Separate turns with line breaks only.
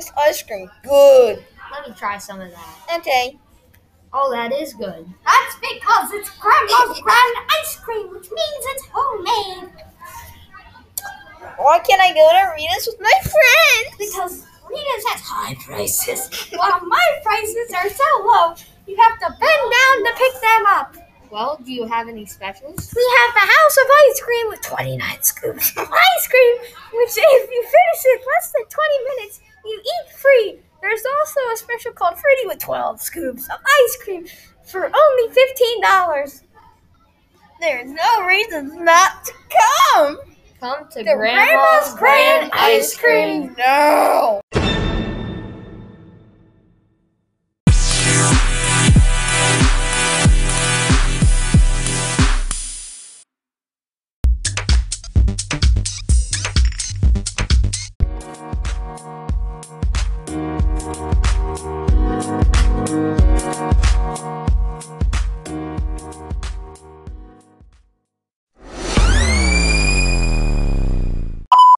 some good.
Let me try some of that.
Okay.
Oh, that is good.
That's because it's Grandma's brand ice cream, which means it's homemade.
Why can't I go to Rita's with my friends?
Because Rita's has high prices, while my prices are so low, you have to bend down to pick them up.
Well, do you have any specials?
We have the house of ice cream with 29 scoops of ice cream, which if you finish in less than 20 minutes, you eat free. There's also a special called Fruity with 12 scoops of ice cream for only $15.
There's no reason not to come.
Come to
The
Grandma's, Grand Ice cream.
No.